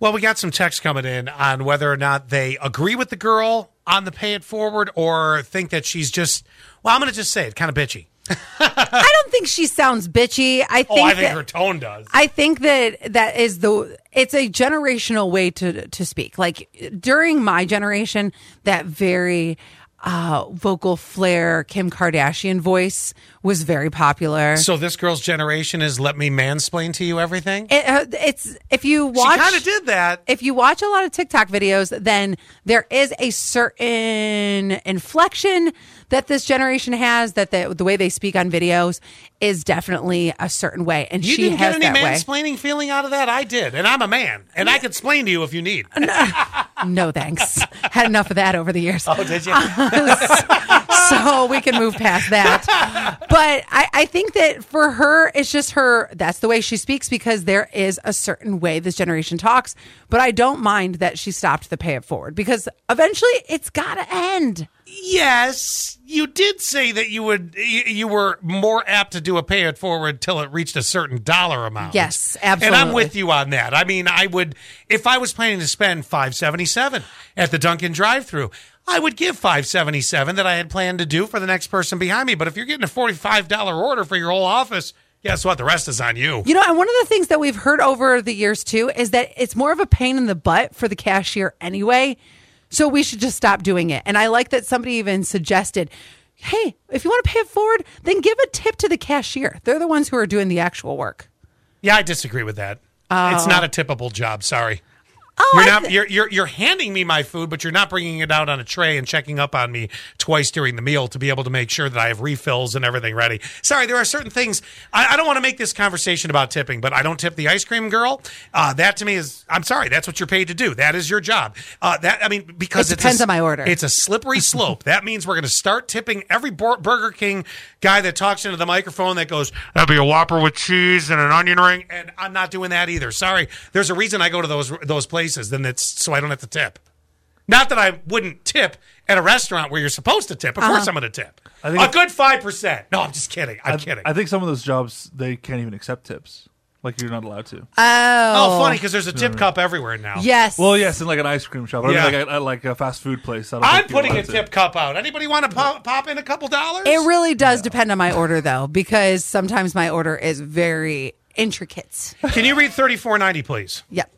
Well, we got some texts coming in on whether or not they agree with the girl on the pay it forward or think that she's just, well, I'm going to just say it, kind of bitchy. I don't think she sounds bitchy. I think Oh, I think that- her tone does. I think that that is the it's a generational way to to speak. Like during my generation, that very uh vocal flair Kim Kardashian voice was very popular. so this girl's generation is let me mansplain to you everything? It, uh, it's if you watch she kind of did that. if you watch a lot of TikTok videos, then there is a certain inflection that this generation has that the, the way they speak on videos is definitely a certain way and you she didn't has get any that way. mansplaining feeling out of that? I did. And I'm a man. And I could explain to you if you need. No thanks. Had enough of that over the years. Oh, did you? Uh, so we can move past that. But I, I think that for her, it's just her, that's the way she speaks because there is a certain way this generation talks. But I don't mind that she stopped the pay it forward because eventually it's got to end. yes, you did say that you would. y- You were more apt to do a pay it forward till it reached a certain dollar amount. Yes, And I'm absolutely. with you on that. I mean, I would if I was planning to spend 577 at the Dunkin' drive-through. I would give 577 that I had planned to do for the next person behind me. But if you're getting a $45 order for your whole office, guess what? The rest is on you. You know, and one of the things that we've heard over the years too is that it's more of a pain in the butt for the cashier anyway. So we should just stop doing it. And I like that somebody even suggested, hey, if you want to pay it forward, then give a tip to the cashier. They're the ones who are doing the actual work. Yeah, I disagree with that. It's not a tippable job. Sorry. Oh, You're I not th- you're, you're you're handing me my food, but you're not bringing it out on a tray and checking up on me twice during the meal to be able to make sure that I have refills and everything ready. Sorry, there are certain things I, I don't want to make this conversation about tipping, but I don't tip the ice cream girl. Uh, that to me is I'm sorry, that's what you're paid to do. That is your job. Uh, that I mean because It it's a depends s- on my order. It's a slippery slope. that means we're going to start tipping every Bur- Burger King guy that talks into the microphone that goes, "That'd be a Whopper with cheese and an onion ring," and I'm not doing that either. Sorry, there's a reason I go to those those places. Then it's so I don't have to tip. Not that I wouldn't tip at a restaurant where you're supposed to tip. Of Uh-huh. course, I'm going to tip. I think a it's- good five percent. No, I'm just kidding. I'm I, kidding. I think some of those jobs they can't even accept tips. Like you're not allowed to. oh, funny because there's a tip cup everywhere now. Yes. well, yes, in like an ice cream shop. I mean, Yeah. like, at, at like a fast food place. I don't I'm think you're putting a allowed to. tip cup out. Anybody want to pop, pop in a couple dollars? It really does depend on my order though, because sometimes my order is very intricate. Can you read 3490, please? Yep.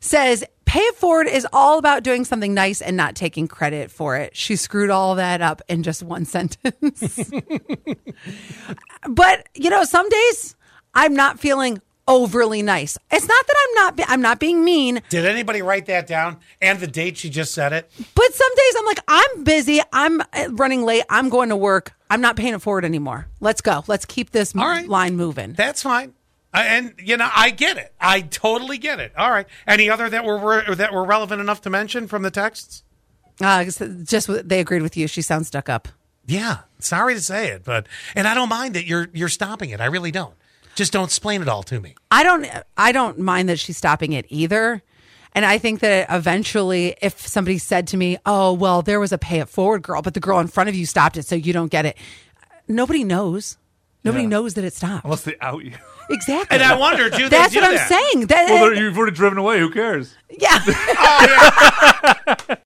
Says pay it forward is all about doing something nice and not taking credit for it. She screwed all that up in just one sentence. but you know, some days I'm not feeling overly nice. It's not that I'm not be- I'm not being mean, Did anybody write that down? And the date she just said it? but some days I'm like I'm busy, I'm uh, running late, I'm going to work. I'm not paying it forward anymore. Let's go. Let's keep this m- All right. line moving. That's fine. I, and you know, I get it. I totally get it. All right. Any other that were re- that were relevant enough to mention from the texts? Uh, just w- they agreed with you. She sounds stuck up. Yeah. Sorry to say it, but and I don't mind that you're you're stopping it. I really don't. Just don't explain it all to me. I don't I don't mind that she's stopping it either. And I think that eventually if somebody said to me, "Oh, well, there was a pay it forward girl, but the girl in front of you stopped it, so you don't get it." Nobody knows. Nobody Yeah. knows that it stopped. Unless they out you. exactly. And I wonder, do they That's do what that? I'm saying. That well, they're- you've already driven away. Who cares? yeah. Oh, yeah.